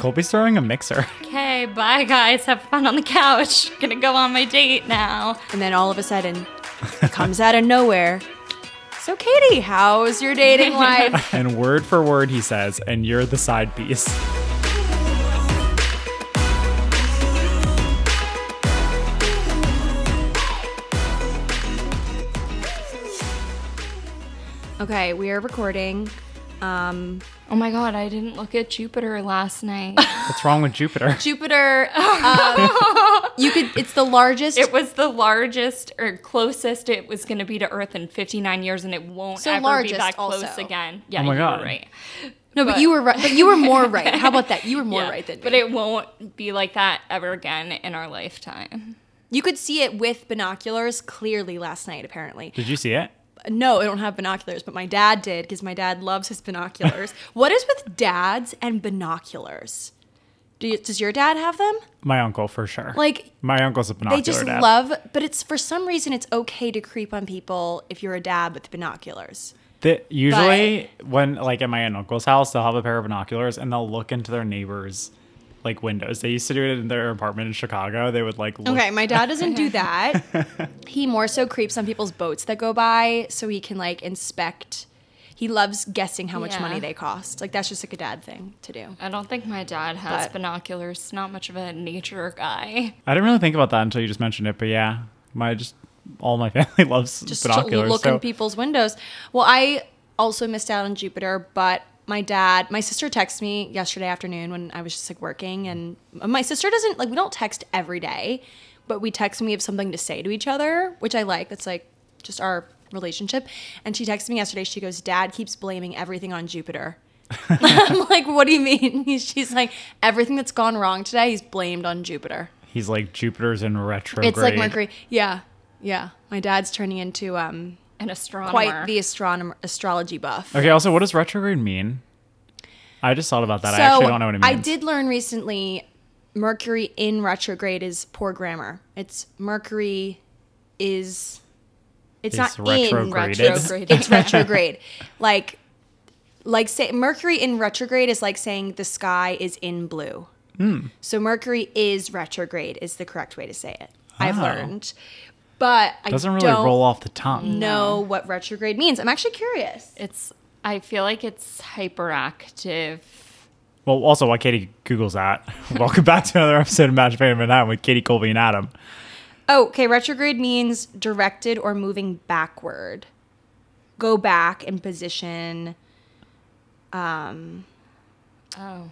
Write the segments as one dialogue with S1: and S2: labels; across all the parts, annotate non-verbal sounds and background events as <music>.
S1: Colby's throwing a
S2: <laughs>
S1: mixer.
S3: Okay, bye guys. Have fun on the couch. Gonna go on my date now.
S2: And then all of a sudden, it comes out of nowhere. So, Katie, how's your
S3: <laughs>
S2: dating life?
S1: and word for word, he says, and you're the side piece.
S2: okay, we are recording. Um,
S3: Oh my god, I didn't look at Jupiter last night.
S1: What's wrong with Jupiter?
S2: Jupiter, um, you could. It's the largest.
S3: <laughs> it was the largest or closest it was gonna be to Earth in 59 years, and it won't
S2: So
S3: ever
S2: largest
S3: be that close
S2: also.
S3: again. Yeah,
S1: Oh my
S3: you
S1: God.
S3: were right.
S2: no, but, you were right. But you were more right. How about that? You were more
S3: <laughs> Yeah,
S2: right than me.
S3: But it won't be like that ever again in our lifetime.
S2: you could see it with binoculars clearly last night. Apparently,
S1: Did you see it?
S2: no, I don't have binoculars, but my dad did because my dad loves
S3: <laughs>
S2: his binoculars. what is with dads and binoculars? Do you, does your dad have them?
S1: My uncle, for sure.
S2: Like
S1: my uncle's a binocular
S2: they just
S1: dad.
S2: love, but it's for some reason it's okay to creep on people if you're a dad with binoculars.
S1: The- usually, when like at my aunt and uncle's house, they'll have a pair of binoculars and they'll look into their neighbors' like windows. They used to do it in their apartment in Chicago. They would like look.
S2: Okay, my dad doesn't do that. <laughs> he more so creeps on people's boats that go by so he can like inspect. He loves guessing how much
S3: Yeah.
S2: money they cost. Like that's just like a dad thing to do.
S3: I don't think my dad has
S2: But-
S3: binoculars. Not much of a nature guy.
S1: I didn't really think about that until you just mentioned it, but yeah, my just all my <laughs> family loves
S2: Just to
S1: binoculars.
S2: look
S1: so
S2: in people's windows. Well, I also missed out on Jupiter, but my dad, my sister texted me yesterday afternoon when I was just like working, and my sister doesn't like we don't text every day, but we text when we have something to say to each other, which I like. That's like just our relationship. And she texted me yesterday. She goes, "Dad keeps blaming everything on Jupiter." <laughs> I'm like, "What do you mean?" <laughs> She's like, "Everything that's gone wrong today, he's blamed on Jupiter."
S1: he's like Jupiter's in retrograde.
S2: It's like Mercury. Yeah, yeah. My dad's turning into um
S3: An astronomer.
S2: quite the astronomer astrology buff.
S1: Okay, also, what does retrograde mean? I just thought about that. I
S2: So,
S1: actually don't know what it means.
S2: I did learn recently Mercury in retrograde is poor grammar. It's Mercury is it's
S1: Is
S2: not in
S1: retrograded.
S2: retrograde. It's retrograde. <laughs> Like like say Mercury in retrograde is like saying the sky is in blue.
S1: Hmm.
S2: So Mercury is retrograde is the correct way to say it. I've
S1: Oh.
S2: learned. But I
S1: Doesn't really
S2: don't
S1: roll off the tongue.
S2: know what retrograde means. I'm actually curious.
S3: It's. I feel like it's hyperactive.
S1: Well, also, while Katie Googles that, <laughs> welcome back to another episode of Match Made in Manhattan with Katie Colby and Adam.
S2: Oh, okay. Retrograde means directed or moving backward. Go back in position.
S3: Oh.
S1: Does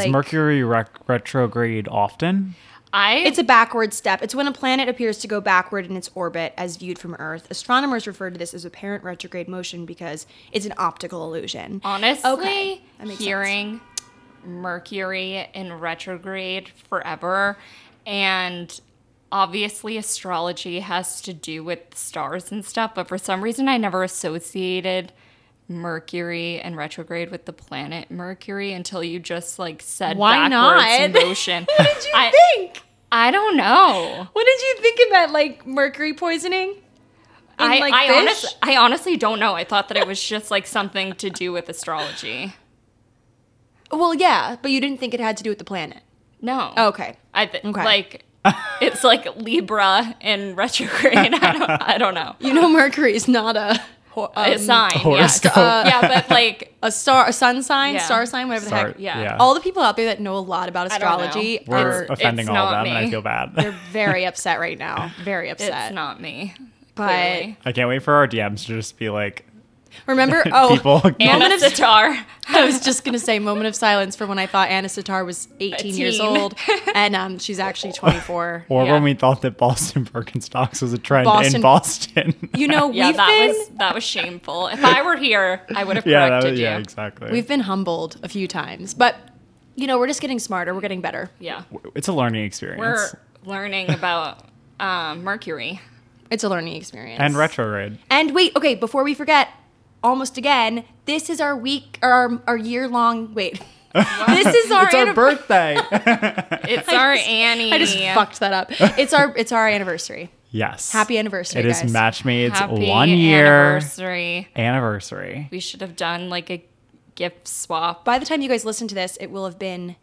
S2: Like-
S1: Mercury rec- retrograde often?
S3: I.
S2: It's a backward step. It's when a planet appears to go backward in its orbit as viewed from Earth. Astronomers refer to this as apparent retrograde motion because it's an optical illusion.
S3: honestly
S2: Okay, that makes sense.
S3: hearing Mercury in retrograde forever, and obviously astrology has to do with stars and stuff. But for some reason, I never associated Mercury and retrograde with the planet Mercury until you just like said
S2: Why
S3: backwards
S2: <laughs> not?
S3: motion.
S2: What did you
S3: I,
S2: think?
S3: I don't know.
S2: What did you think about like Mercury poisoning? In,
S3: I,
S2: like,
S3: I,
S2: fish?
S3: honest, I honestly don't know. I thought that it was just like something to do with astrology.
S2: well, yeah, but you didn't think it had to do with the planet.
S3: No.
S2: Okay.
S3: I think
S2: Okay.
S3: like it's like Libra in retrograde. I don't, I don't
S2: <laughs>
S3: know.
S2: You know, Mercury is not a hor-
S3: a
S2: um,
S3: sign. Yes.
S1: horoscope.
S3: Uh,
S1: <laughs>
S3: yeah, but like
S2: a star, a sun sign,
S3: Yeah.
S2: star sign, whatever the
S1: Sorry,
S2: heck.
S3: yeah.
S2: All the people out there that know a lot about
S3: I don't know.
S2: astrology
S1: We're
S2: are
S3: It's-
S1: offending
S3: it's
S1: all of
S3: not
S1: them, and I
S3: me.
S1: feel bad.
S2: they're very upset right now. Very
S3: it's
S2: upset.
S3: not me.
S1: <laughs>
S2: but
S3: clearly.
S1: <laughs> I can't wait for our DMs to just be like, <laughs>
S2: remember, <laughs> oh,
S1: people.
S3: Anna
S2: Moment of-
S3: Sitar.
S2: <laughs>
S3: <laughs>
S2: I was just gonna say moment of silence for when I thought Anna Sitar was 18 years
S3: teen. <laughs>
S2: old, and um, she's actually 24.
S1: or
S3: yeah.
S1: when we thought that Boston <laughs> Birkenstocks was a trend
S2: Boston-
S1: in Boston. <laughs>
S2: You know,
S3: Yeah,
S2: we've
S3: that
S2: been
S3: was that was shameful. If I were here, I would have
S1: yeah, that
S3: corrected
S1: was,
S3: you.
S1: yeah, exactly.
S2: we've been humbled a few times, but you know, we're just getting smarter. We're getting better.
S3: Yeah.
S1: it's a learning experience.
S3: We're learning about
S1: <laughs>
S3: um, Mercury.
S2: It's a learning experience.
S1: and retrograde.
S2: And wait, okay, before we forget, almost again, this is our week or our, our year long
S1: <laughs>
S2: wait. this is our,
S1: It's our
S2: annivers-
S1: birthday.
S2: <laughs>
S1: <laughs>
S3: It's our Annie.
S2: I just fucked that up. It's our it's our anniversary.
S1: yes.
S2: Happy anniversary,
S1: It is
S2: guys.
S1: Matchmade's
S3: Happy
S1: one year
S3: anniversary.
S1: anniversary.
S3: We should have done like a gift swap.
S2: By the time you guys listen to this, it will have been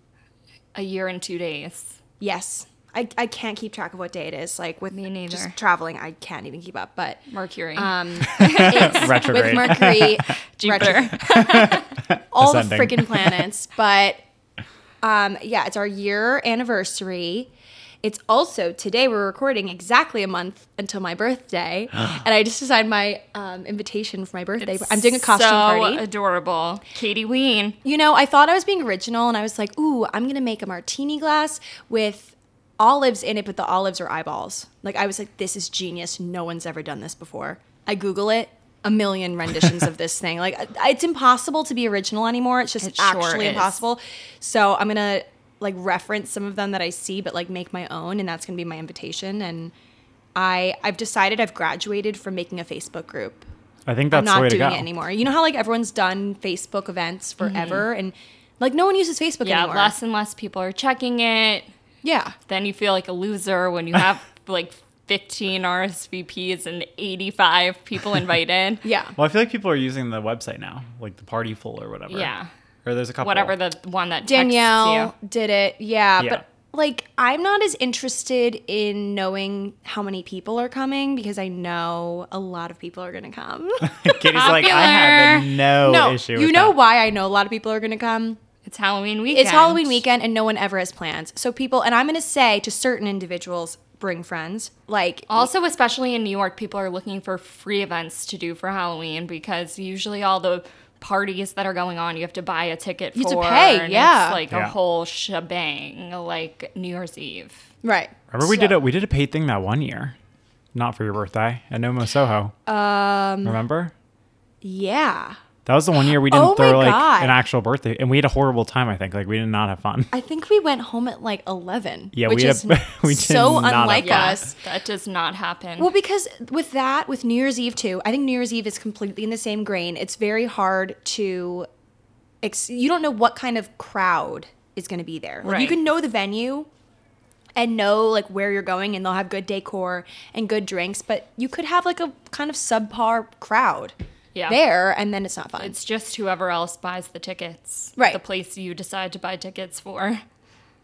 S3: a year and two days.
S2: Yes. I, I can't keep track of what day it is. Like with
S3: Me neither.
S2: just traveling, I can't even keep up. But
S3: Mercury. <laughs>
S2: um, it's with
S1: Retrograde. <laughs>
S2: Mercury,
S3: Jupiter.
S2: retro- all the
S1: Ascending.
S2: freaking planets. But um, yeah, it's our year anniversary. It's also today we're recording exactly a month until my birthday, and I just designed my um, invitation for my birthday. I'm doing a costume
S3: so
S2: party.
S3: adorable. Katie Ween.
S2: You know, I thought I was being original and I was like, ooh, I'm going to make a martini glass with olives in it, but the olives are eyeballs. Like, I was like, this is genius. No one's ever done this before. I Google it, a million renditions
S3: <laughs>
S2: of this thing. Like, I- it's impossible to be original anymore. It's just
S3: It sure
S2: actually
S3: is.
S2: impossible. So, I'm going to like reference some of them that I see, but like make my own. And that's going to be my invitation. And I, I've decided I've graduated from making a Facebook group.
S1: I think that's
S2: I'm
S1: the way
S2: not
S1: to
S2: doing
S1: go.
S2: it anymore. You know how like everyone's done Facebook events forever and like no one uses Facebook
S3: Yeah,
S2: anymore.
S3: less and less people are checking it.
S2: yeah.
S3: Then you feel like a loser when you
S2: <laughs>
S3: have like 15 RSVPs and 85 people invited.
S2: <laughs> Yeah.
S1: Well, I feel like people are using the website now, like the party full or whatever.
S3: Yeah.
S1: Or there's a couple.
S3: Whatever the one that texts
S2: Danielle did it. Yeah,
S1: Yeah.
S2: but like I'm not as interested in knowing how many people are coming because I know a lot of people are going to come.
S1: <laughs>
S2: <laughs>
S1: Katie's like, I have
S3: Popular.
S1: no,
S2: no,
S1: issue.
S2: you
S1: with
S2: know
S1: that.
S2: why I know a lot of people are going to come.
S3: you. It's Halloween weekend.
S2: It's Halloween weekend and no one ever has plans. So people and I'm going to say to certain individuals bring friends. Like
S3: Also, especially in New York, people are looking for free events to do for Halloween because usually all the parties that are going on, you have to buy a ticket
S2: You
S3: for.
S2: have to pay,
S3: and
S2: yeah.
S3: It's like a
S1: Yeah.
S3: whole shebang, like New Year's Eve.
S2: right.
S1: Remember we
S2: So-
S1: did a we did a paid thing that one year, not for your birthday at Nomo Soho. Um, remember
S2: Yeah.
S1: that was the one year we didn't
S2: Oh my
S1: throw like
S2: God.
S1: an actual birthday, and we had a horrible time. I think like we did not have fun.
S2: I think we went home at like eleven.
S1: Yeah,
S2: which
S1: we had
S2: is
S1: a- <laughs> we did
S2: so
S1: not have
S2: unlike
S1: fun.
S2: us.
S3: That does not happen.
S2: Well, because with that, with New Year's Eve too, I think New Year's Eve is completely in the same grain. It's very hard to, ex- you don't know what kind of crowd is going to be there. Like, You
S3: Right.
S2: can know the venue and know like where you're going, and they'll have good decor and good drinks, but you could have like a kind of subpar crowd
S3: Yeah.
S2: there, and then it's not fun.
S3: it's just whoever else buys the tickets.
S2: Right.
S3: The place you decide to buy tickets for.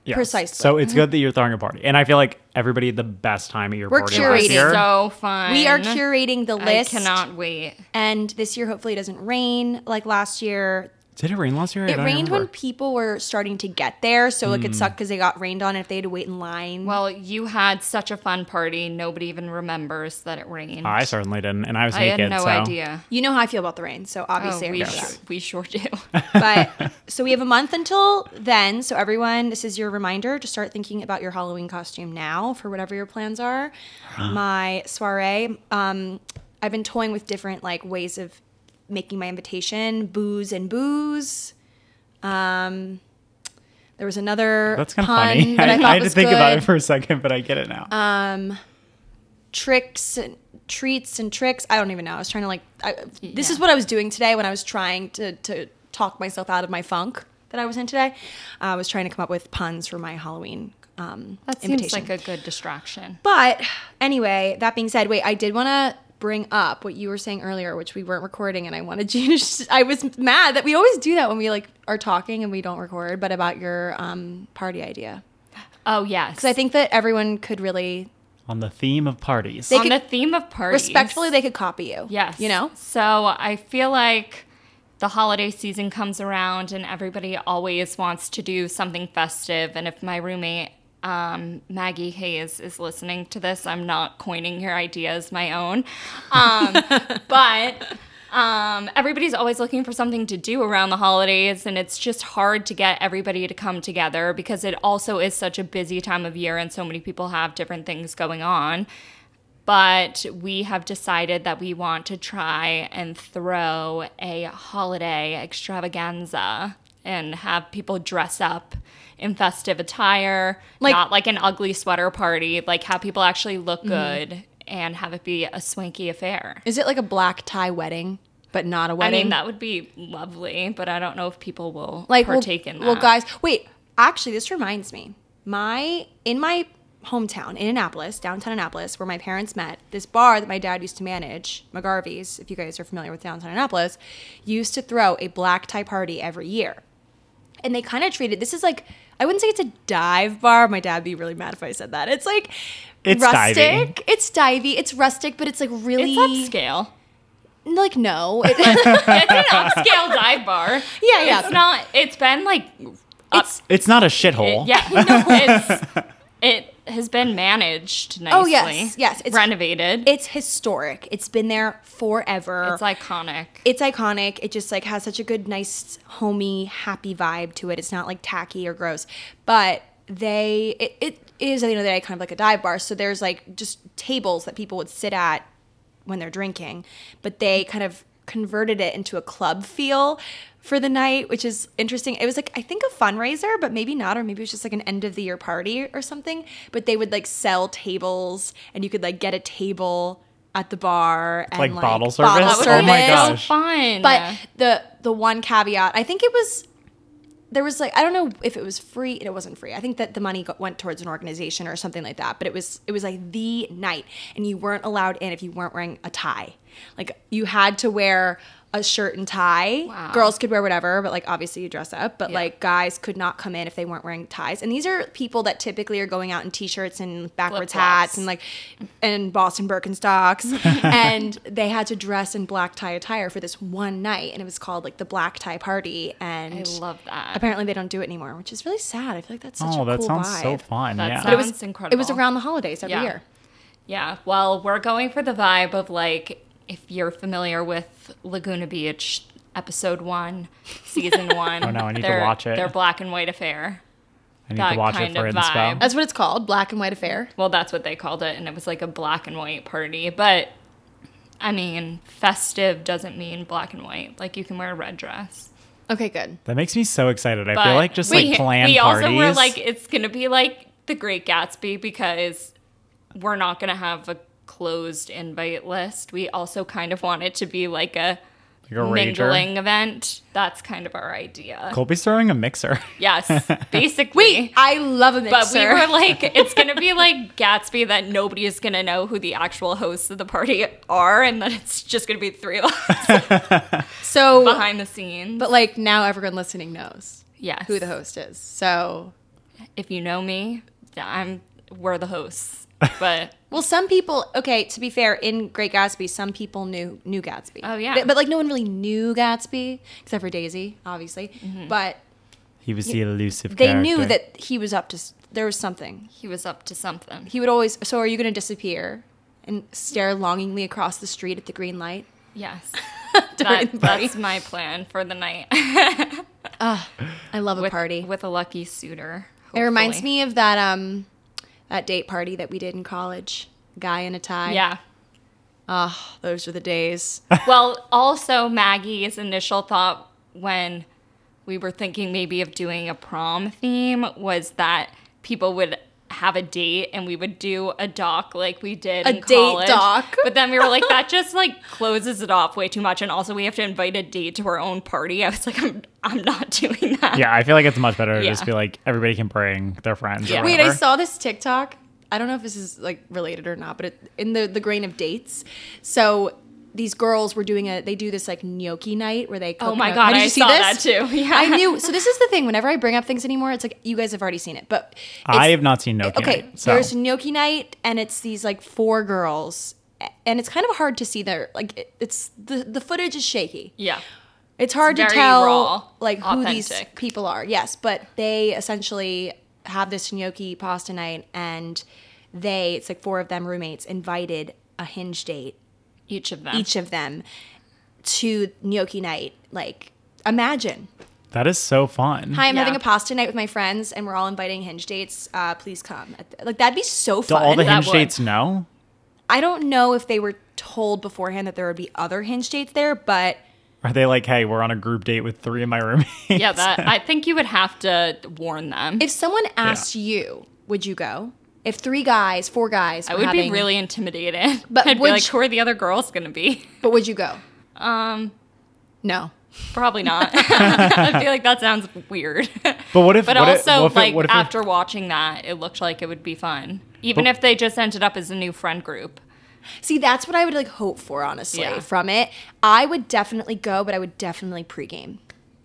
S1: Yes.
S2: <laughs> Precisely. Mm-hmm.
S1: So it's good that you're throwing a party, and I feel like everybody had the best time at your
S2: We're
S1: party
S2: curating.
S1: last year.
S3: So fun.
S2: we are curating the
S3: I
S2: list,
S3: cannot wait.
S2: and this year hopefully it doesn't rain like last year.
S1: Did it rain last year? I
S2: It
S1: don't Hmm.
S2: rained when
S1: remember.
S2: people were starting to get there, so like it sucked because they got rained on if they had to wait in line.
S3: Well, you had such a fun party. Nobody even remembers that it rained.
S1: I certainly didn't, and I was
S3: I
S1: naked.
S3: had no
S1: so.
S3: idea.
S2: you know how I feel about the rain,
S3: Oh,
S2: so obviously I
S3: we,
S2: remember
S3: sure,
S2: that.
S3: we sure do. <laughs>
S2: But so we have a month until then. So everyone, this is your reminder to start thinking about your Halloween costume now for whatever your plans are. my soiree, um, I've been toying with different like ways of making my invitation: booze and booze. Um, there was another
S1: That's kind of
S2: pun
S1: funny.
S2: that I,
S1: <laughs>
S2: thought
S1: I had to
S2: was
S1: think about it
S2: good. Uh,
S1: for a second, but I get it now.
S2: tricks and treats and tricks. I don't even know. I was trying to like. I, this is what I was doing today when I was trying to to talk myself out of my funk that I was in today. Uh, I was trying to come up with puns for my Halloween um,
S3: That seems
S2: invitation.
S3: like a good distraction.
S2: but anyway, that being said, wait, I did want to bring up what you were saying earlier, which we weren't recording, and I wanted <laughs> you. To, I was mad that we always do that when we like are talking and we don't record, but about your um, party idea.
S3: Oh yes,
S2: So I think that everyone could really
S1: On the theme of parties.
S2: They-
S3: on
S2: could-
S3: the theme of parties,
S2: respectfully they could copy you.
S3: Yes,
S2: you know.
S3: So I feel like the holiday season comes around, and everybody always wants to do something festive. And if my roommate um, Maggie Hayes is listening to this, I'm not coining your idea as my own, um, but. Um, everybody's always looking for something to do around the holidays, and it's just hard to get everybody to come together because it also is such a busy time of year, and so many people have different things going on. But we have decided that we want to try and throw a holiday extravaganza and have people dress up in festive attire,
S2: Like-
S3: not like an ugly sweater party, like have people actually look good and have it be a swanky affair.
S2: Is it like a black tie wedding, but not a
S3: I
S2: wedding?
S3: mean, that would be lovely, but I don't know if people will
S2: like well-
S3: partake in that.
S2: Well, guys, wait. Actually, this reminds me. My in my hometown in Annapolis, downtown Annapolis, where my parents met, this bar that my dad used to manage, McGarvey's, if you guys are familiar with downtown Annapolis, used to throw a black tie party every year. And they kind of treated this is like I wouldn't say it's a dive bar. My dad'd be really mad if I said that. It's like
S1: It's
S2: rustic.
S1: divey.
S2: It's divey. It's rustic, but it's like really
S3: It's
S2: <laughs>
S3: upscale.
S2: like no. It, <laughs>
S3: it's an upscale dive bar.
S2: Yeah, yeah.
S3: It's not. It's been like. up-
S2: it's
S1: It's not a shithole.
S2: <laughs>
S3: yeah. No, it's it has been managed nicely.
S2: Oh, yes, yes, it's-
S3: renovated.
S2: it's historic. It's been there forever.
S3: it's iconic.
S2: it's iconic. It just like has such a good, nice, homey, happy vibe to it. It's not like tacky or gross, but they it, it is at the end of the day kind of like a dive bar. So there's like just tables that people would sit at when they're drinking, but they kind of converted it into a club feel for the night, which is interesting. It was like I think a fundraiser, but maybe not, or maybe it was just like an end of the year party or something. But they would like sell tables, and you could like get a table. At the bar, and
S1: Like
S2: like,
S1: bottle service?
S2: bottle
S1: Oh my
S2: service.
S1: gosh.
S3: so fun.
S2: But the the one caveat, I think it was there was like I don't know if it was free. It wasn't free. I think that the money go- went towards an organization or something like that. But it was it was like the night, and you weren't allowed in if you weren't wearing a tie. Like you had to wear a shirt and tie.
S3: Wow.
S2: Girls could wear whatever, but like obviously you dress up. But
S3: Yeah.
S2: like guys could not come in if they weren't wearing ties. And these are people that typically are going out in t-shirts and backwards
S3: Flip-flops.
S2: hats and like and Boston
S3: <laughs>
S2: Birkenstocks, and they had to dress in black tie attire for this one night, and it was called like the black tie party. And
S3: I love that.
S2: Apparently, they don't do it anymore, which is really sad. I feel like that's such
S1: Oh,
S2: a
S1: that
S2: cool
S1: sounds
S2: vibe.
S1: so fun.
S3: That
S1: yeah.
S3: sounds-
S2: It was
S3: incredible.
S2: It was around the holidays every
S3: Yeah.
S2: year.
S3: Yeah, well, we're going for the vibe of like if you're familiar with Laguna Beach, episode one,
S1: <laughs>
S3: season one.
S1: Oh, no, I need to
S3: their-
S1: watch it.
S3: Their black and white affair.
S1: I need
S3: that
S1: to watch it
S3: kind
S1: for
S3: of
S1: inspo.
S3: vibe.
S2: That's what it's called, black and white affair.
S3: Well, that's what they called it, and it was like a black and white party. But I mean, festive doesn't mean black and white. Like you can wear a red dress.
S2: Okay, good.
S1: That makes me so excited. I
S3: But
S1: feel like just
S3: we,
S1: like planned
S3: we
S1: parties.
S3: also were like, it's gonna be like the Great Gatsby because we're not gonna have a closed invite list. We also kind of want it to be like a
S1: Like a rager.
S3: mingling event. That's kind of our idea.
S1: Colby's throwing a mixer. <laughs>
S3: Yes, basically.
S2: Wait, I love a mixer.
S3: but we were
S2: <laughs>
S3: like, it's gonna be like Gatsby that nobody is gonna know who the actual hosts of the party are, and that it's just gonna be three of us <laughs>
S2: so
S3: behind the scenes.
S2: But like now, everyone listening knows
S3: yes,
S2: who the host is. So
S3: If you know me, th- I'm we're the hosts. But
S2: Well, some people. Okay, to be fair, in Great Gatsby, some people knew knew Gatsby.
S3: Oh, yeah.
S2: but, but, like no one really knew Gatsby except for Daisy, obviously.
S3: Mm-hmm.
S2: But
S1: He was the elusive.
S2: they
S1: character.
S2: knew that he was up to. s- There was something.
S3: he was up to something.
S2: He would always. So, are you going to disappear and stare longingly across the street at the green light? <laughs>
S3: Yes,
S2: during
S3: that,
S2: the party?
S3: that's my plan for the night.
S2: I love a
S3: with,
S2: party.
S3: with a lucky suitor.
S2: it reminds
S3: hopefully.
S2: me of that um, that date party that we did in college. Guy in a tie.
S3: Yeah.
S2: Ah, those were the days.
S3: Well, also Maggie's initial thought when we were thinking maybe of doing a prom theme was that people would have a date and we would do a doc like we did
S2: A
S3: in
S2: date
S3: college.
S2: doc.
S3: But then we were like, that just like closes it off way too much, and also we have to invite a date to our own party. I was like, I'm I'm not <laughs> doing that.
S1: Yeah, I feel like it's much better to
S3: Yeah.
S1: just be like everybody can bring their friends.
S3: Yeah.
S1: Or
S2: Wait, I
S1: whatever.
S2: saw this TikTok. I don't know if this is like related or not, but it, in the the grain of dates, so these girls were doing a they do this like gnocchi night where they cook
S3: Oh my
S2: gno-
S3: god,
S2: Did you
S3: I
S2: see
S3: saw
S2: this?
S3: that too. <laughs> Yeah.
S2: I knew. So this is the thing. Whenever I bring up things anymore, it's like you guys have already seen it, but it's-
S1: I have not seen no.
S2: okay.
S1: Night, so
S2: There's gnocchi night, and it's these like four girls, a- and it's kind of hard to see their like it, it's the the footage is shaky.
S3: Yeah.
S2: It's hard to
S3: very
S2: tell
S3: raw,
S2: like who these
S3: authentic.
S2: people are. Yes, but they essentially have this gnocchi pasta night and they it's like four of them roommates invited a hinge date
S3: Each of them.
S2: each of them to gnocchi night like imagine
S1: that is so fun.
S2: hi i'm
S3: Yeah.
S2: having a pasta night with my friends and we're all inviting hinge dates uh, please come like that'd be so
S1: Do
S2: fun
S1: all the
S3: That
S1: hinge
S3: would.
S1: dates know?
S2: i don't know if they were told beforehand that there would be other hinge dates there but
S1: Are they like, hey, we're on a group date with three of my <laughs> roommates?
S3: yeah, that I think you would have to warn them.
S2: If someone asked you, would you go? If three guys, four guys,
S3: I
S2: were
S3: would be
S2: having-
S3: really intimidated.
S2: But
S3: But I'd be
S2: would
S3: like,
S2: you-
S3: who are the other girls going to be?
S2: But would you go? Um, no.
S3: Probably
S1: <laughs>
S3: not. <laughs> I feel like that sounds weird.
S1: But what if?
S3: But
S1: what if,
S3: also,
S1: what if it-
S3: like
S1: what if it-
S3: after watching that, it looked like it would be fun, even
S1: But-
S3: if they just ended up as a new friend group.
S2: See, that's what I would like hope for, honestly,
S3: Yeah.
S2: from it. I would definitely go, but I would definitely pregame.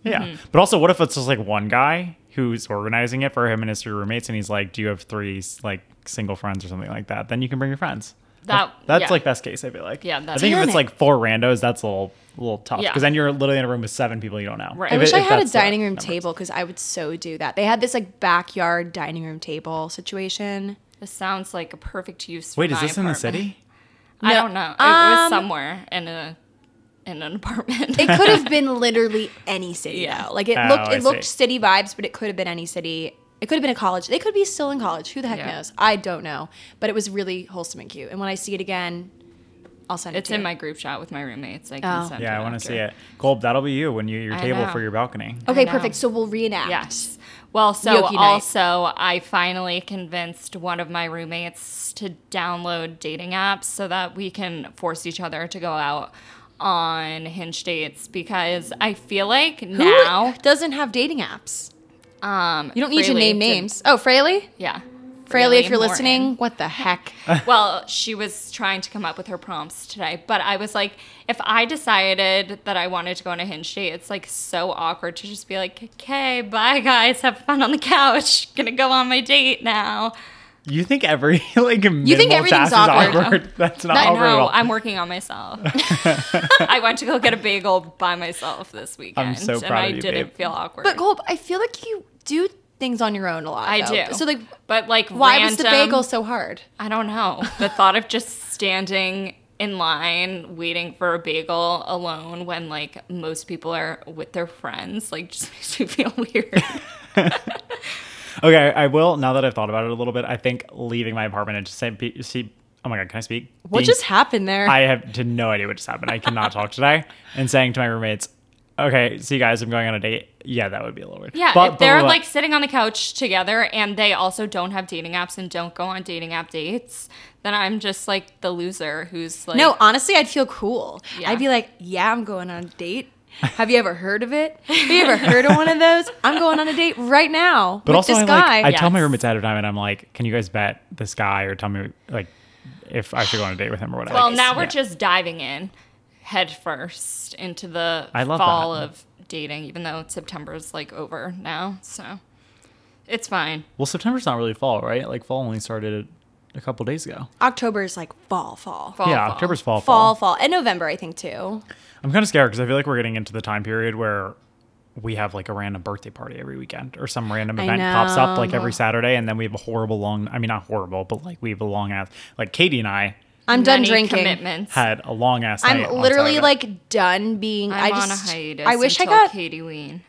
S3: Mm-hmm.
S1: yeah. But also, what if it's just like one guy who's organizing it for him and his three roommates, and he's like, "Do you have three like single friends or something like that?" Then you can bring your friends.
S3: That-
S1: that's
S3: yeah.
S1: like best case. I feel like.
S3: Yeah,
S1: I
S3: that's-
S1: think if
S2: Damn
S1: it's
S2: it.
S1: like four randos, that's a little a little tough
S3: Yeah.
S1: because then you're literally in a room with seven people you don't know.
S3: Right.
S2: I
S1: If
S2: wish
S1: it-
S2: I
S1: if
S2: had a
S1: that's the
S2: dining room
S1: numbers.
S2: table because I would so do that. They had this like backyard dining room table situation.
S3: This sounds like a perfect use. For
S1: Wait, is
S3: my
S1: this in the
S3: apartment.
S1: city?
S3: I
S2: No,
S3: don't know. It
S2: um,
S3: was somewhere in a in an <laughs> apartment.
S2: It
S3: <laughs>
S2: could have been literally any city
S3: Yeah.
S2: though. Like it
S1: Oh,
S2: looked
S1: I
S2: it looked
S1: see.
S2: city vibes, but it could have been any city. It could have been a college. They could be still in college. Who the heck
S3: Yeah.
S2: knows? I don't know. But it was really wholesome and cute. And when I see it again, I'll send it
S3: it's
S2: to
S3: in
S2: you.
S3: my group chat with my roommates. I can
S2: Oh.
S3: send
S1: Yeah, I want to
S3: after.
S1: see it. Colb, that'll be you when you your
S3: I
S1: table
S3: know.
S1: for your balcony.
S2: Okay,
S3: know.
S2: perfect. So we'll reenact.
S3: Yes. Well, so
S2: Yoki night.
S3: also I finally convinced one of my roommates to download dating apps so that we can force each other to go out on hinge dates because I feel like
S2: Who
S3: now
S2: doesn't have dating apps?
S3: um
S2: You don't need to
S3: Fraley
S2: name
S3: did-
S2: names. oh, Fraley?
S3: yeah.
S2: Fraley, if you're
S3: Morton.
S2: listening, what
S3: <laughs>
S2: the heck?
S3: well, she was trying to come up with her prompts today, but I was like, if I decided that I wanted to go on a hinge date, it's like so awkward to just be like, okay, bye guys, have fun on the couch, <laughs> gonna go on my date now.
S1: You think every <laughs> like you
S2: think everything's awkward.
S1: <laughs> That's not
S3: Oh. I
S1: awkward at
S3: know,
S1: all.
S3: I'm working
S1: <laughs>
S3: on myself. I went to go get a bagel by myself this weekend,
S1: so
S3: and
S1: proud
S3: I
S1: of you,
S3: didn't
S1: babe.
S3: feel awkward.
S2: But Colb, I feel like you do things on your own a lot.
S3: I
S2: though.
S3: do.
S2: So like,
S3: but like,
S2: why was the
S3: random-
S2: bagel so hard?
S3: I don't know. The thought of just standing in line waiting for a bagel alone when like most people are with their friends like just <laughs> makes me feel weird.
S1: Okay, I will. Now that I've thought about it a little bit, I think leaving my apartment and just saying, pe- see, oh my god, can I speak?
S2: What
S1: Being-
S2: just happened there?
S1: <laughs> I have to no idea what just happened. I cannot talk today. And saying to my roommates, okay, see you guys, I'm going on a date. Yeah, that would be a little weird.
S3: Yeah,
S1: But-
S3: if
S1: but
S3: they're
S1: what-
S3: like sitting on the couch together and they also don't have dating apps and don't go on dating app dates, then I'm just like the loser who's like
S2: no, honestly, I'd feel cool.
S3: Yeah.
S2: I'd be like, yeah, I'm going on a date. Have you ever heard of it? Have you ever heard of one
S3: <laughs>
S2: of those? I'm going on a date right now
S1: but
S2: with
S1: also
S2: this
S1: I, like,
S2: guy.
S1: I tell my
S3: Yes.
S1: roommates ahead of time, and I'm like, can you guys bet this guy or tell me like if I should go on a date with him or whatever.
S3: Well, now we're
S1: Yeah.
S3: just diving in head first into the
S1: I love
S3: fall
S1: that.
S3: of dating, even though September's like over now. So it's fine.
S1: well, September's not really fall, right? Like fall only started a couple days ago.
S2: October is like fall, fall, fall,
S3: Fall,
S1: yeah,
S3: fall.
S1: October's fall.
S2: fall, and November, I think too.
S1: I'm kind of scared because I feel like we're getting into the time period where we have like a random birthday party every weekend or some random
S2: I
S1: event pops up like
S2: know.
S1: every Saturday, and then we have a horrible long. I mean, not horrible, but like we have a long ass. Like Katie and I
S2: I'm done
S3: Many
S2: drinking.
S3: Commitments.
S1: had a long ass.
S2: I'm
S1: night on
S2: literally
S1: Saturday.
S2: like done being. i
S3: I'm on
S2: just.
S3: a hiatus.
S2: I wish I
S3: until
S2: got.
S3: Katie
S2: <laughs>
S3: Ween.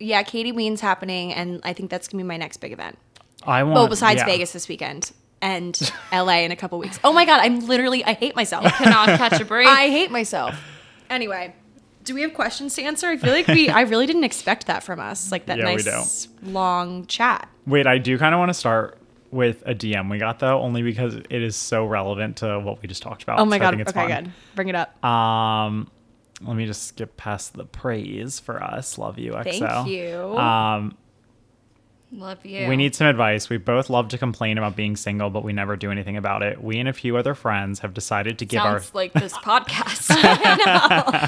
S2: Yeah, Katie Ween's happening, and I think that's gonna be my next big event.
S1: I want.
S2: Well, besides
S1: yeah.
S2: Vegas this weekend
S1: <laughs>
S2: and LA in a couple weeks. Oh my god, I'm literally. I hate myself.
S3: Cannot catch a break.
S2: I hate myself. Anyway, do we have questions to answer? I feel like we I really didn't expect that from us. Like that
S1: Yeah, we
S2: nice long chat.
S1: Wait, I do kind of want to start with a DM we got though, only because it is so relevant to what we just talked about.
S2: Oh
S1: so
S2: my
S1: I
S2: god.
S1: think it's
S2: Okay,
S1: fun.
S2: good. Bring it up.
S1: Um, let me just skip past the praise for us. Love you, XO.
S2: Thank you.
S1: Um,
S3: Love you.
S1: We need some advice. We both love to complain about being single, but we never do anything about it. We and a few other friends have decided to give our.
S3: Sounds like this
S2: <laughs>
S3: podcast.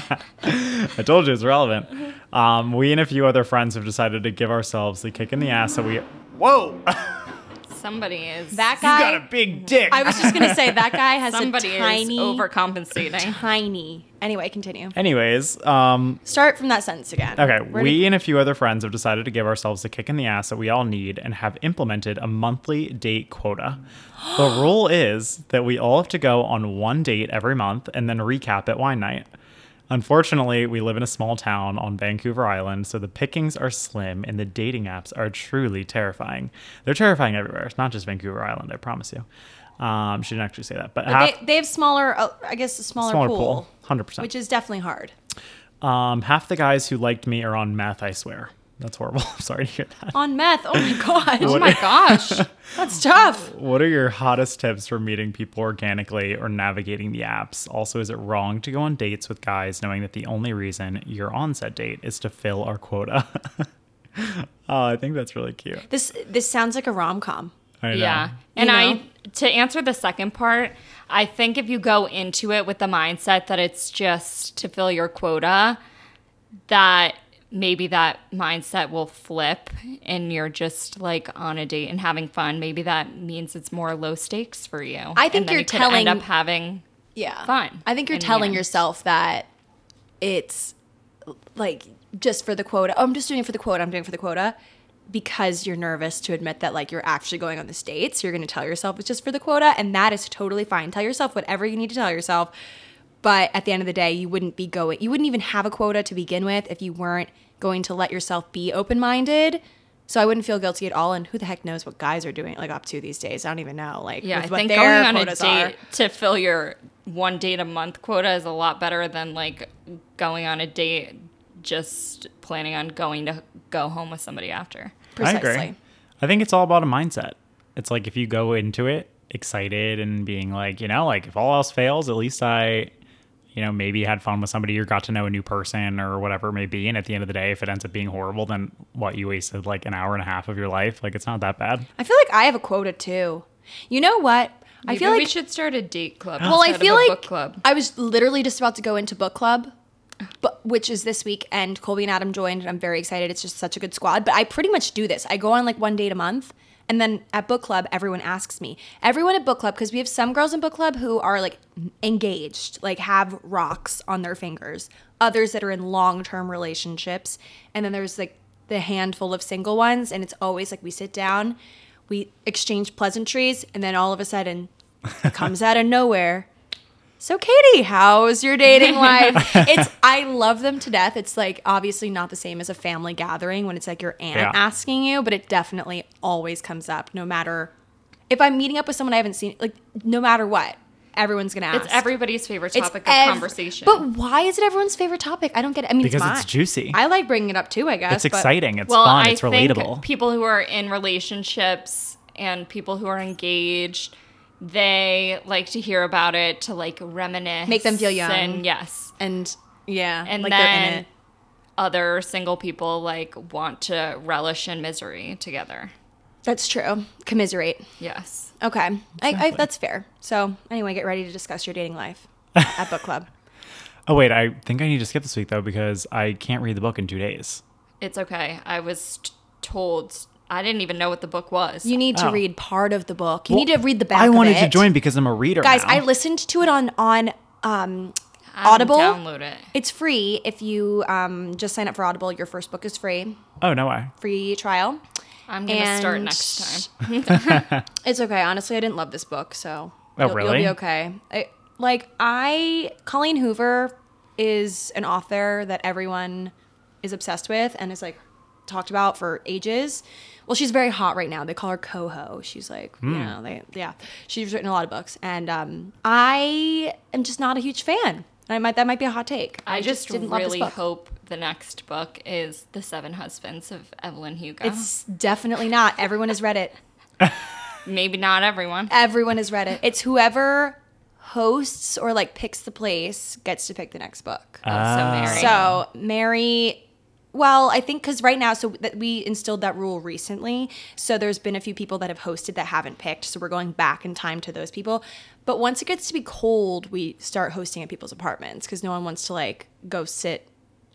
S1: <laughs> I told you it's relevant. Um, we and a few other friends have decided to give ourselves the kick in the ass that we. Whoa! <laughs> You
S3: Somebody is.
S2: that
S1: got a
S2: guy
S1: big dick.
S2: I was just gonna say that guy has
S3: somebody
S2: a tiny
S3: is
S2: <laughs>
S3: overcompensating.
S2: tiny. Anyway, continue.
S1: <laughs> Anyways, um,
S2: Start from that sentence again.
S1: Okay,
S2: Where
S1: we
S2: did-
S1: and a few other friends have decided to give ourselves the kick in the ass that we all need and have implemented a monthly date quota. the
S2: <gasps>
S1: rule is that we all have to go on one date every month and then recap at wine night. Unfortunately, we live in a small town on Vancouver Island, so the pickings are slim and the dating apps are truly terrifying. They're terrifying everywhere. It's not just Vancouver Island, I promise you. Um, she didn't actually say that, but, half,
S2: they, they have smaller uh, I guess a smaller,
S1: smaller
S2: pool,
S1: pool, hundred percent.
S2: which is definitely hard.
S1: Um, half the guys who liked me are on meth. I swear, that's horrible. <laughs> I'm sorry to hear that.
S2: On meth.
S1: <laughs>
S2: Oh <laughs> my god.
S3: Oh my gosh.
S2: That's tough.
S1: What are your hottest tips for meeting people organically or navigating the apps? Also, is it wrong to go on dates with guys knowing that the only reason you're on said date is to fill our quota? <laughs> oh, I think that's really cute.
S2: This this sounds like a rom com.
S1: I know.
S3: Yeah. And
S2: You know?
S3: I to answer the second part, I think if you go into it with the mindset that it's just to fill your quota, that maybe that mindset will flip and you're just like on a date and having fun. Maybe that means it's more low stakes for you.
S2: I think
S3: And then
S2: you're
S3: you could
S2: telling-
S3: end up having
S2: yeah
S3: fun
S2: i think you're
S3: in the
S2: telling
S3: end.
S2: yourself that it's like just for the quota oh, i'm just doing it for the quota i'm doing it for the quota because you're nervous to admit that like you're actually going on this date so you're going to tell yourself it's just for the quota and that is totally fine tell yourself whatever you need to tell yourself but at the end of the day you wouldn't be going you wouldn't even have a quota to begin with if you weren't going to let yourself be open-minded so I wouldn't feel guilty at all, and who the heck knows what guys are doing like up to these days? I don't even know. Like,
S3: yeah. I
S2: with what
S3: think
S2: their
S3: going on a
S2: quotas
S3: date
S2: are.
S3: to fill your one date a month quota is a lot better than like going on a date just planning on going to go home with somebody after.
S1: I agree.
S2: Precisely.
S1: I think it's all about a mindset. It's like if you go into it excited and being like, you know, like if all else fails, at least I, you know, maybe had fun with somebody or got to know a new person or whatever it may be. And at the end of the day, if it ends up being horrible, then what you wasted like an hour and a half of your life. Like it's not that bad.
S2: I feel like I have a quota too. You know what? I feel
S3: Maybe
S2: like
S3: we should start a date club.
S2: well, I
S3: instead of
S2: feel
S3: a
S2: like
S3: book club.
S2: I was literally just about to go into book club, but which is this week, and Colby and Adam joined, and I'm very excited. It's just such a good squad. But I pretty much do this. I go on like one date a month, and then at book club, everyone asks me. Everyone at book club because we have some girls in book club who are like engaged, like have rocks on their fingers. Others that are in long term relationships, and then there's like the handful of single ones, and it's always like we sit down. We exchange pleasantries, and then all of a sudden, it comes out of nowhere. So, Katie, how's your
S1: <laughs>
S2: dating life? it's I love them to death. It's like obviously not the same as a family gathering when it's like your aunt
S1: Yeah.
S2: asking you, but it definitely always comes up no matter if I'm meeting up with someone I haven't seen, like no matter what, everyone's gonna ask.
S3: It's everybody's favorite
S2: It's
S3: topic
S2: ev-
S3: of conversation.
S2: But why is it everyone's favorite topic? I don't get it. I mean,
S1: Because
S2: it's,
S1: it's
S2: mine.
S1: juicy.
S2: I like bringing it up too. I guess
S1: It's
S2: but-
S1: exciting. It's fun. it's relatable.
S3: people who are in relationships and people who are engaged, they like to hear about it to like reminisce,
S2: Make them feel young.
S3: and yes,
S2: and yeah,
S3: and
S2: like they're in
S3: then
S2: it.
S3: other single people like want to relish in misery together.
S2: That's true. Commiserate.
S3: Yes,
S2: Okay, I, I,
S1: Exactly.
S2: that's fair. So anyway, get ready to discuss your dating
S1: <laughs>
S2: life at book club.
S1: Oh, wait. I think I need to skip this week though because I can't read the book in two days.
S3: it's okay. I was t- told. I didn't even know what the book was.
S2: You need to
S1: Oh.
S2: read part of the book. You need to
S1: Well,
S2: read the back.
S1: I
S2: of
S1: wanted to
S2: it.
S1: join because I'm a reader.
S2: guys.
S1: now.
S2: I listened to it on on um,
S3: I didn't
S2: Audible.
S3: download it.
S2: It's free if you um, just sign up for Audible. Your first book is free,
S1: oh, no, I.
S2: free trial.
S3: I'm gonna start
S2: And-
S3: next time.
S2: It's okay. Honestly, I didn't love this book, so
S1: Oh,
S2: you'll,
S1: really?
S2: you'll be okay. I, like I, Colleen Hoover is an author that everyone is obsessed with and is like talked about for ages. Well, she's very hot right now. They call her Coho. She's like,
S1: Hmm.
S2: you know, they, yeah, she's written a lot of books, and um, I am just not a huge fan. I might that might be a hot take.
S3: I just,
S2: didn't
S3: really
S2: love this book.
S3: hope the next book is The Seven Husbands of Evelyn Hugo.
S2: It's definitely not. Everyone has read it.
S3: Maybe not everyone.
S2: Everyone has read it. It's whoever hosts or like picks the place gets to pick the next book.
S3: Oh, so Mary.
S2: So Mary, well, I think because right now, so that we instilled that rule recently. So there's been a few people that have hosted that haven't picked. So we're going back in time to those people. But once it gets to be cold, we start hosting at people's apartments because no one wants to like go sit.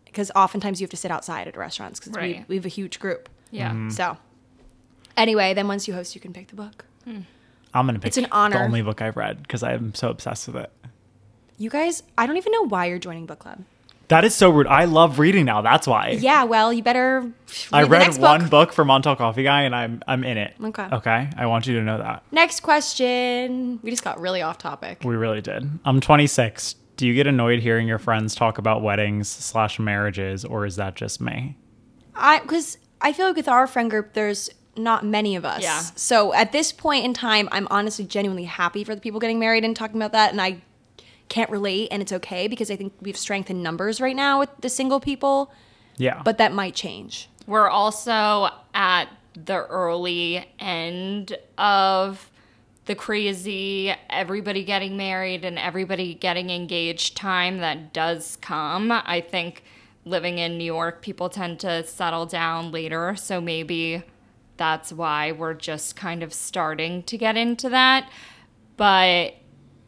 S2: Because oftentimes you have to sit outside at restaurants because we,
S3: Right.
S2: we have a huge group.
S3: yeah.
S2: So anyway, then once you host, you can pick the book.
S1: I'm gonna pick.
S2: It's an honor.
S1: The only book I've read because I'm so obsessed with it.
S2: You guys, I don't even know why you're joining book club.
S1: That is so rude. I love reading now. That's why.
S2: Yeah, well, you better. Read
S1: I
S2: the
S1: read
S2: next
S1: one
S2: Book.
S1: book. for Montauk Coffee Guy, and I'm I'm in it.
S2: Okay.
S1: Okay. I want you to know that
S2: Next question. We just got really off topic.
S1: we really did. I'm 26. Do you get annoyed hearing your friends talk about weddings slash marriages, or is that just me?
S2: I because I feel like with our friend group, there's not many of us.
S3: Yeah.
S2: So at this point in time, I'm honestly genuinely happy for the people getting married and talking about that, and I can't relate, and it's okay because I think we've strength in numbers right now with the single people,
S1: Yeah.
S2: but that might change.
S3: We're also at the early end of the crazy everybody getting married and everybody getting engaged time that does come. I think living in New York, people tend to settle down later. So maybe that's why we're just kind of starting to get into that. But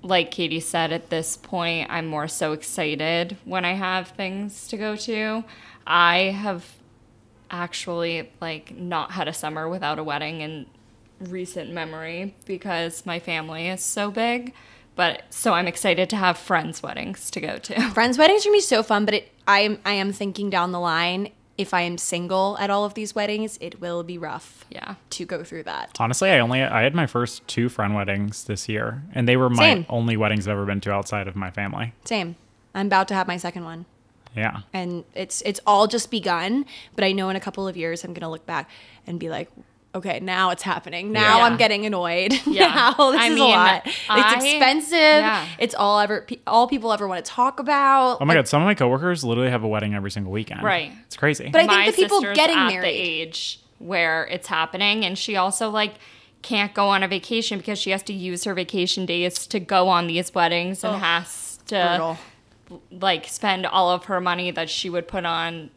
S3: like Katie said, at this point, I'm more so excited when I have things to go to. I have actually like not had a summer without a wedding in recent memory because my family is so big. But so I'm excited to have friends' weddings to go to. <laughs>
S2: Friends' weddings are gonna be so fun, but it, I am I am thinking down the line if I am single at all of these weddings, it will be rough
S3: Yeah.
S2: to go through that.
S1: Honestly, I only I had my first two friend weddings this year, and they were my
S2: Same.
S1: only weddings I've ever been to outside of my family.
S2: Same. I'm about to have my second one.
S1: Yeah.
S2: and it's it's all just begun but i know in a couple of years i'm gonna look back and be like okay now it's happening now
S3: Yeah.
S2: i'm getting annoyed <laughs>
S3: Yeah.
S2: now this
S3: I
S2: is a
S3: mean,
S2: lot it's
S3: I-
S2: expensive
S3: yeah.
S2: it's all ever pe- all people ever want to talk about
S1: Oh my god, some of my coworkers literally have a wedding every single weekend.
S3: Right.
S1: It's crazy.
S2: But I think
S3: my
S2: the people
S3: sister's
S2: getting
S3: at
S2: married-
S3: the age where it's happening, and she also like can't go on a vacation because she has to use her vacation days to go on these weddings and has to
S2: Brutal.
S3: like spend all of her money that she would put on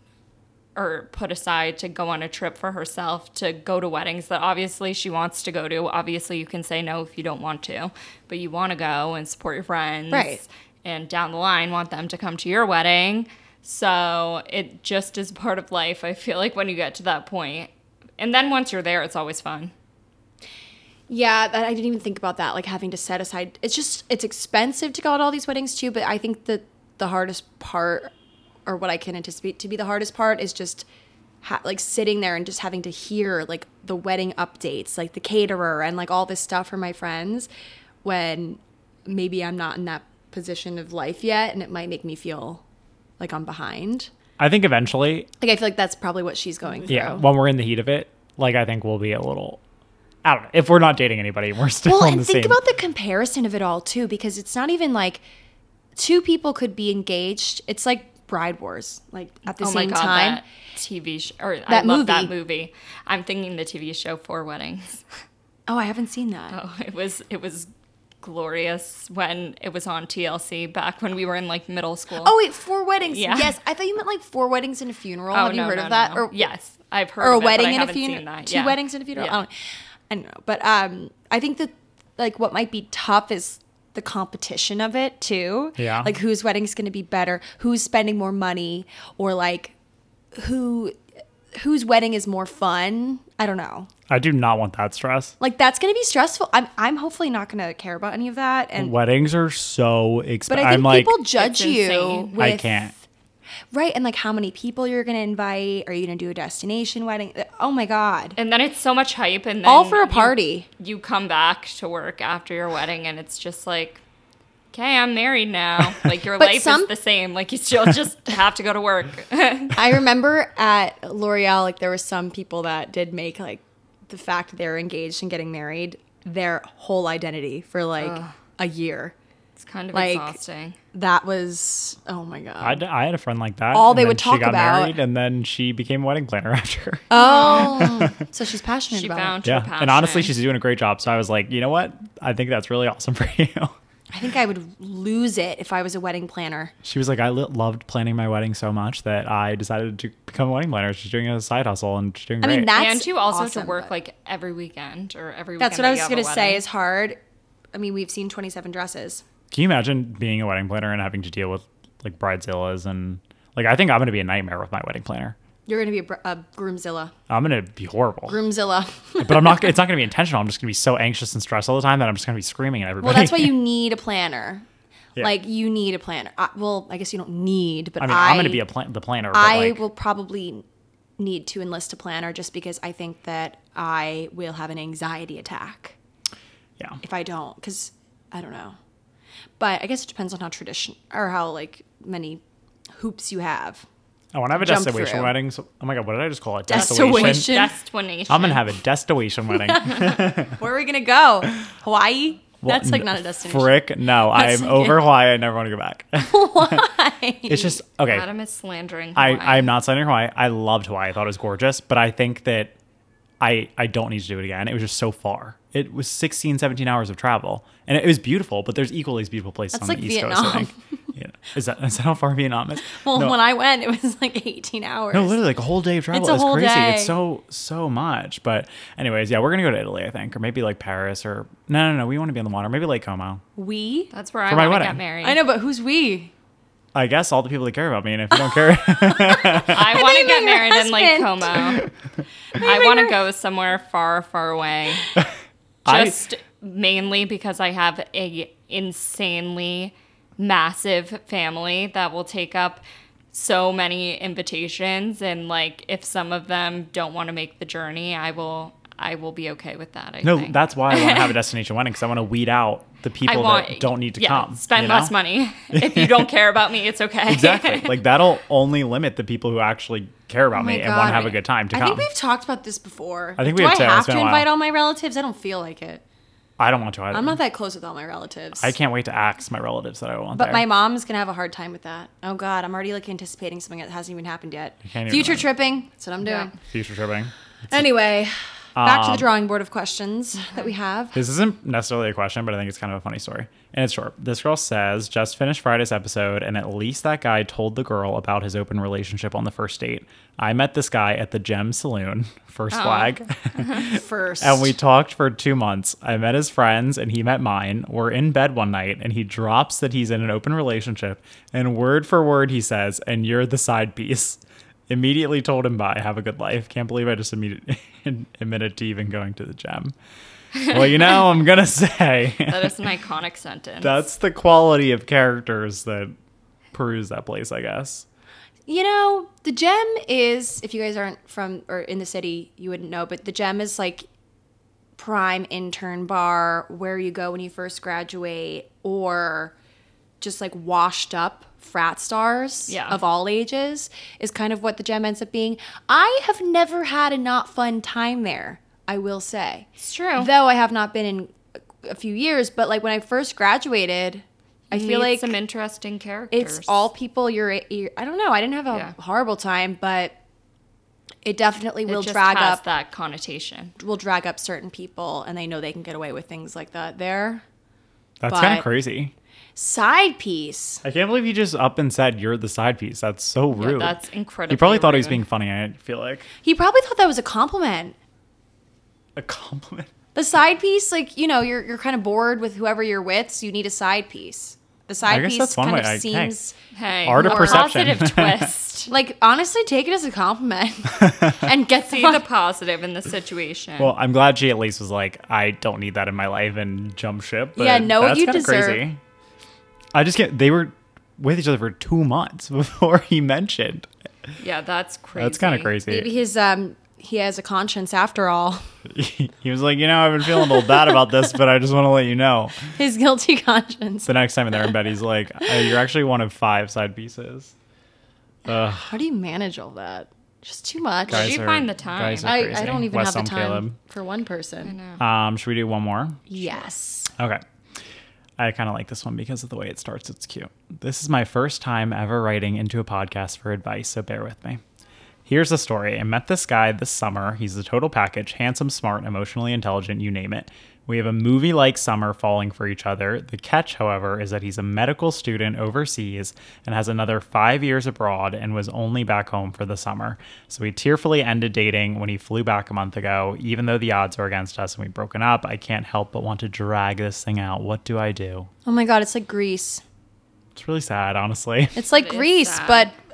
S3: or put aside to go on a trip for herself to go to weddings that obviously she wants to go to. Obviously, you can say no if you don't want to, but you want to go and support your friends.
S2: Right.
S3: And down the line, want them to come to your wedding. So it just is part of life, I feel like, when you get to that point. And then once you're there, it's always fun.
S2: yeah that, i didn't even think about that like having to set aside it's just it's expensive to go to all these weddings too but i think that the hardest part or what i can anticipate to be the hardest part is just ha- like sitting there and just having to hear like the wedding updates like the caterer and like all this stuff from my friends when maybe i'm not in that position of life yet and it might make me feel like i'm behind
S1: I think eventually,
S2: like i feel like that's probably what she's going through
S1: yeah, when we're in the heat of it, like I think we'll be a little I don't know. If we're not dating anybody, <laughs> we're still
S2: Well,
S1: on
S2: and
S1: the
S2: think
S1: same.
S2: about the comparison of it all too, because it's not even like two people could be engaged. It's like bride wars, like at the same time.
S3: Oh that TV show, or I
S2: That
S3: love that
S2: movie.
S3: movie. I'm thinking the TV show Four Weddings.
S2: Oh, I haven't seen that.
S3: Oh, <laughs> it was it was glorious when it was on TLC back when we were in like middle school.
S2: Oh wait, four weddings.
S3: Yeah.
S2: Yes, I thought you meant like four weddings and a funeral.
S3: Oh,
S2: Have you
S3: no,
S2: heard
S3: no,
S2: of that?
S3: no.
S2: Or
S3: yes, I've heard
S2: or a
S3: of it, but
S2: wedding
S3: I
S2: and a
S3: haven't seen
S2: funeral.
S3: that.
S2: Two
S3: Yeah.
S2: weddings and a Oh. funeral.
S3: Yeah.
S2: I, don't, I don't know, but um, I think that like what might be tough is the competition of it too.
S1: Yeah.
S2: Like whose wedding's going to be better? Who's spending more money? Or like who whose wedding is more fun? I don't know.
S1: I do not want that stress.
S2: Like that's going to be stressful. I'm I'm hopefully not going to care about any of that. And
S1: Weddings are so
S2: but
S1: expensive.
S2: I
S1: I'm
S2: think
S1: like,
S2: people judge
S3: It's
S2: you.
S3: insane.
S2: With,
S1: I can't.
S2: Right, and like how many people you're going to invite? Are you going to do a destination wedding? Oh my god.
S3: And then it's so much hype, and then
S2: All for a
S3: you-
S2: party.
S3: You, come back to work after your wedding, and it's just like. Okay, I'm married
S2: <laughs>
S3: now. Like your
S2: But
S3: life
S2: some-
S3: is the same. Like you still just
S2: <laughs>
S3: have to go to work. <laughs>
S2: I remember at L'Oreal, like there were some people that did make like the fact they're engaged and getting married their whole identity for like a year.
S3: It's kind of
S2: Like-
S3: exhausting.
S2: That was oh my god.
S1: I, d- I had a friend like that.
S2: All
S1: and
S2: they
S1: then
S2: would
S1: she
S2: talk
S1: got
S2: about-
S1: married, and then she became a wedding planner <laughs> after.
S2: oh, <laughs> so she's passionate
S3: She
S2: about
S3: found her
S1: yeah,
S3: passion.
S1: and honestly, she's doing a great job. So I was like, you know what? I think that's really awesome <laughs> for you.
S2: it. I think I would lose it if I was a wedding planner.
S1: She was like, I li- loved planning my wedding so much that I decided to become a wedding planner. She's doing a side hustle and she's doing
S2: I
S1: great.
S2: mean, that's
S3: and you also
S2: awesome,
S3: to work
S2: but-
S3: like every weekend or every. weekend
S2: That's what I
S3: that
S2: was
S3: you have a
S2: gonna say
S3: wedding.
S2: is hard. I mean, we've seen twenty seven dresses.
S1: Can you imagine being a wedding planner and having to deal with like bridezillas and like I think I'm gonna be a nightmare with my wedding planner.
S2: You're gonna be a, br- a groomzilla.
S1: I'm gonna be horrible,
S2: Groomzilla.
S1: but I'm not. It's not gonna be intentional. I'm just gonna be so anxious and stressed all the time that I'm just gonna be screaming at
S2: <laughs> Well,
S1: everybody.
S2: that's why you need a planner.
S1: Yeah.
S2: Like you need a planner. I, well, I guess you don't need,
S1: <laughs>
S2: but
S1: I
S2: I
S1: mean, I, am gonna be a plan- the planner. But
S2: I
S1: like,
S2: will probably need to enlist a planner just because I think that I will have an anxiety attack
S1: yeah.
S2: if I don't. Because I don't know, but I guess it depends on how tradition or how like many hoops
S1: <laughs>
S2: you have.
S1: Oh, I want to have a
S2: jump
S1: destination
S2: through.
S1: wedding. So, oh my god, what did I just call it?
S2: Destination.
S3: Destination.
S1: I'm gonna have a destination
S2: <laughs>
S1: wedding.
S2: Where are we gonna go? Hawaii? That's like
S1: n-
S2: not a destination.
S1: Frick, no.
S2: That's
S1: I'm
S2: like-
S1: over Hawaii. I never want to go
S2: <laughs>
S1: back. It's just okay.
S3: Adam is slandering.
S1: I,
S3: Hawaii.
S1: I'm not signing Hawaii. I loved Hawaii. I thought it was gorgeous, but I think that I I don't need to do it again. It was just so far. It was 16, 17 hours of travel, and it was beautiful. But there's equally as beautiful places
S2: That's
S1: on
S2: like
S1: the East Coast. I
S2: Vietnam.
S1: think. Yeah. Is that is that how far Vietnam is?
S2: <laughs> Well,
S1: no,
S2: when I went, it was like 18 hours.
S1: no, literally like a whole day of travel.
S2: It's a
S1: It's,
S2: whole
S1: crazy.
S2: day.
S1: It's so so much. But anyways, yeah, we're gonna go to Italy, I think, or maybe like Paris, or no, no, no. We want to be on the water. Maybe Lake Como.
S2: We?
S3: That's where I
S1: For my
S3: want
S1: <laughs>
S3: to
S1: wedding.
S3: get married.
S2: I know, but who's we?
S1: I guess all the people that care about me, and if you don't care,
S2: <laughs>
S3: I want to
S2: think
S3: get
S2: my
S3: married in Lake Como.
S2: husband.
S1: <laughs>
S3: I want to go somewhere far, far away.
S1: <laughs> I-
S3: Just mainly because I have a insanely massive family that will take up so many invitations and like if some of them don't want to make the journey, I will I will be okay with that. I
S1: no,
S3: think.
S1: that's why I want to
S2: <laughs>
S1: have a destination wedding because I want to weed out the
S3: I
S1: people
S3: want
S1: that don't need to
S3: yeah,
S1: come.
S3: Spend
S1: you know?
S3: less money. <laughs> If you don't care about me,
S1: <laughs>
S3: it's okay.
S2: <laughs>
S1: Exactly. Like that'll only limit the people who actually care about me
S2: Oh my
S1: and want
S2: God.
S1: to have a good time to
S2: I
S1: come.
S2: think we've talked about this before.
S1: I think
S2: Do
S1: we have
S2: I
S1: too. It's
S2: have to
S1: been a while.
S2: invite all my relatives? I don't feel like it.
S1: I don't want to either.
S2: I'm not that close with all my relatives.
S1: I can't wait to ask my relatives that I want
S2: But
S1: there.
S2: my mom's gonna have a hard time with that. Oh God, I'm already like anticipating something that hasn't even happened yet.
S1: can't even
S2: Future
S1: imagine.
S2: tripping. That's what I'm doing.
S3: Yeah.
S1: future tripping.
S2: Anyway, back to the
S1: Um,
S2: drawing board of questions that we have.
S1: This isn't necessarily a question, but I think it's kind of a funny story. And it's short. This girl says, just finished Friday's episode, and at least that guy told the girl about his open relationship on the first date. I met this guy at the Gem Saloon, <laughs> first
S2: Oh. <laughs>
S1: flag,
S2: First,
S1: and we talked for two months. I met his friends, and he met mine. We're in bed one night, and he drops that he's in an open relationship, and word for word, he says, and you're the side piece. Immediately told him bye. Have a good life. Can't believe I just admitted, <laughs> admitted to even going to the gem. Well, you know, I'm gonna <laughs> say
S3: That is an iconic sentence.
S1: that's the quality of characters that peruse that place, I guess.
S2: you know, the gem is if you guys aren't from or in the city, you wouldn't know. But the gem is like prime intern bar where you go when you first graduate, or just like washed up frat stars
S3: Yeah.
S2: of all ages is kind of what the gem ends up being. I have never had a not fun time there. I will say.
S3: it's true.
S2: Though I have not been in a few years, but like when I first graduated, I
S3: I
S2: feel like
S3: some interesting characters.
S2: it's all people your your- I don't know. I didn't have a
S3: Yeah.
S2: horrible time, but it definitely
S3: It
S2: will
S3: just
S2: drag
S3: has
S2: up
S3: that connotation.
S2: will drag up certain people, and they know they can get away with things like that. There,
S1: That's kind
S2: But-
S1: of crazy.
S2: side piece.
S1: I can't believe you just up and said you're the side piece. That's so
S3: Yeah,
S1: rude.
S3: that's incredibly.
S1: you probably thought he was
S3: rude.
S1: being funny. I feel like
S2: He probably thought that was a compliment.
S1: a compliment. <laughs>
S2: The side piece, like you know, you're you're kind of bored with whoever you're with, so you need a side piece. The side
S1: guess
S2: piece
S1: that's one
S2: kind
S1: way
S2: of
S1: I- hey.
S2: seems
S3: hey,
S1: Art of
S3: more
S1: perception. <laughs>
S3: Positive twist.
S2: like honestly, take it as a compliment and get the
S3: <laughs> See
S2: fuck
S3: the positive in the situation.
S1: Well, I'm glad she at least was like, I don't need that in my life and jump ship. But
S2: Yeah, know what
S1: that's
S2: you
S1: kinda
S2: deserve.
S1: Crazy. I just can't. They were with each other for two months <laughs> before he mentioned.
S3: yeah, that's crazy.
S1: That's kind of
S2: Maybe
S1: crazy.
S2: his um he has a conscience after all.
S1: <laughs>
S2: <laughs>
S1: he was like, you know, I've been feeling a little bad about this, but I just want to let you know. <laughs>
S2: His guilty conscience.
S1: The next time they're in bed, he's like, uh, you're actually one of five side pieces. Ugh.
S2: How do you manage all that? Just too much.
S1: Guys
S3: you
S1: are-
S3: find the time?
S1: guys are
S2: I, I
S1: crazy.
S2: don't even
S1: West
S2: have the
S1: Elm,
S2: time
S1: Caleb.
S2: for one person.
S3: No.
S1: Um, should we do one more?
S2: Yes.
S1: Okay. I kind of like this one because of the way it starts. It's cute. This is my first time ever writing into a podcast for advice, so bear with me. Here's the story. I met this guy this summer. He's the total package handsome, smart, emotionally intelligent, you name it. We have a movie like summer falling for each other. The catch, however, is that he's a medical student overseas and has another five years abroad and was only back home for the summer. So we tearfully ended dating when he flew back a month ago. Even though the odds are against us and we've broken up, I can't help but want to drag this thing out. What do I do?
S2: Oh my god, it's like Greece.
S1: It's really sad, honestly. <laughs>
S2: It's like
S3: That is
S2: Greece,
S3: sad.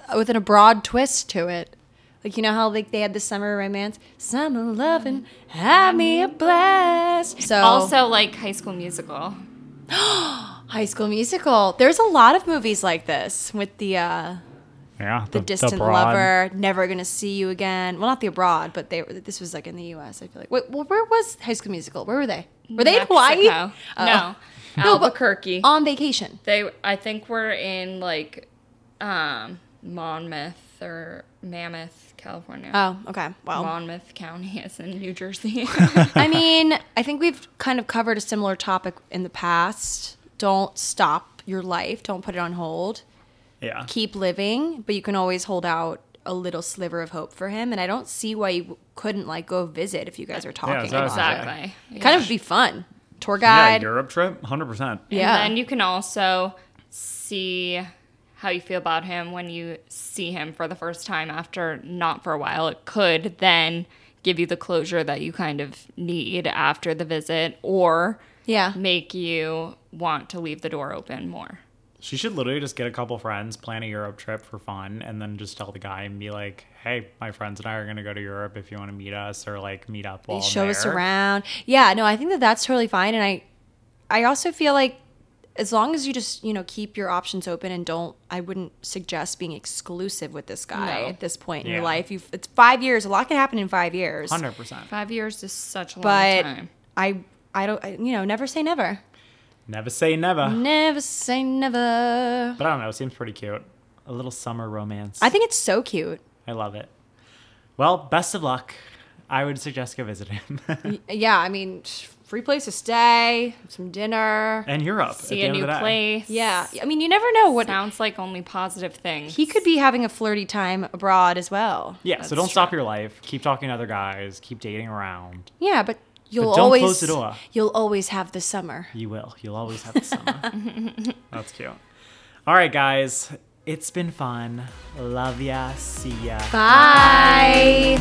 S2: but with an abroad twist to it. Like you know how like they had the summer romance, summer loving, had me a blast. So
S3: Also, like High School Musical.
S2: High School Musical. There's a lot of movies like this with the uh
S1: Yeah,
S2: the, distant
S1: broad-
S2: lover, never gonna see you again. Well, not the abroad, but they. This was like in the U.S. I feel like. Wait, well, where was High School Musical? Were were they? Were they in Hawaii?
S3: Mexico.
S2: Oh.
S3: No, Albuquerque.
S2: On vacation.
S3: they, I think, we're in like um, Monmouth or Mammoth, California.
S2: Oh, okay. Well,
S3: Monmouth County is in
S1: <laughs>
S3: New Jersey. <laughs>
S2: <laughs> I mean, I think we've kind of covered a similar topic in the past. Don't stop your life. Don't put it on hold.
S1: Yeah.
S2: Keep living, but you can always hold out a little sliver of hope for him. And I don't see why you couldn't like go visit if you guys are talking.
S1: so I was
S2: about it.
S3: exactly.
S2: Kind of would be fun. Tour guide.
S1: Europe trip, 100%.
S2: Yeah.
S3: And then you can also see how you feel about him when you see him for the first time after not for a while. It could then give you the closure that you kind of need after the visit or
S2: yeah.
S3: make you want to leave the door open more.
S1: She should literally just get a couple friends, plan a Europe trip for fun, and then just tell the guy and be like, "Hey, my friends and I are gonna go to Europe. If you want to meet us or like meet up while I'm
S2: show us
S1: there."
S2: around. Yeah, no, I think that that's totally fine. And I, I also feel like as long as you just you know keep your options open and don't, I wouldn't suggest being exclusive with this guy
S3: No.
S2: at this point in
S1: Yeah.
S2: your life. You've it's five years. A lot can happen in five years.
S1: Hundred percent.
S3: Five years is such a long
S2: But
S3: time.
S2: I, I don't, I, you know, never say never.
S1: Never say never.
S2: Never say never.
S1: But I don't know. It seems pretty cute. A little summer romance.
S2: I think it's so cute.
S1: I love it. Well, best of luck. I would suggest go visit him.
S2: Yeah, I mean, free place to stay, some dinner.
S1: <laughs> and Europe.
S3: See
S1: at
S3: a
S1: the end
S3: new
S1: of the day.
S3: place.
S2: Yeah, I mean, you never know what
S3: Sounds like only positive things.
S2: he could be having a flirty time abroad as well.
S1: Yeah,
S3: That's
S1: so don't stop
S3: true.
S1: your life. Keep talking to other guys. Keep dating around.
S2: Yeah, but you'll
S1: don't
S2: always
S1: close the door.
S2: You'll always have the summer.
S1: You will. You'll always have the summer. That's cute. All right, guys. It's been fun. Love ya. See ya.
S2: Bye.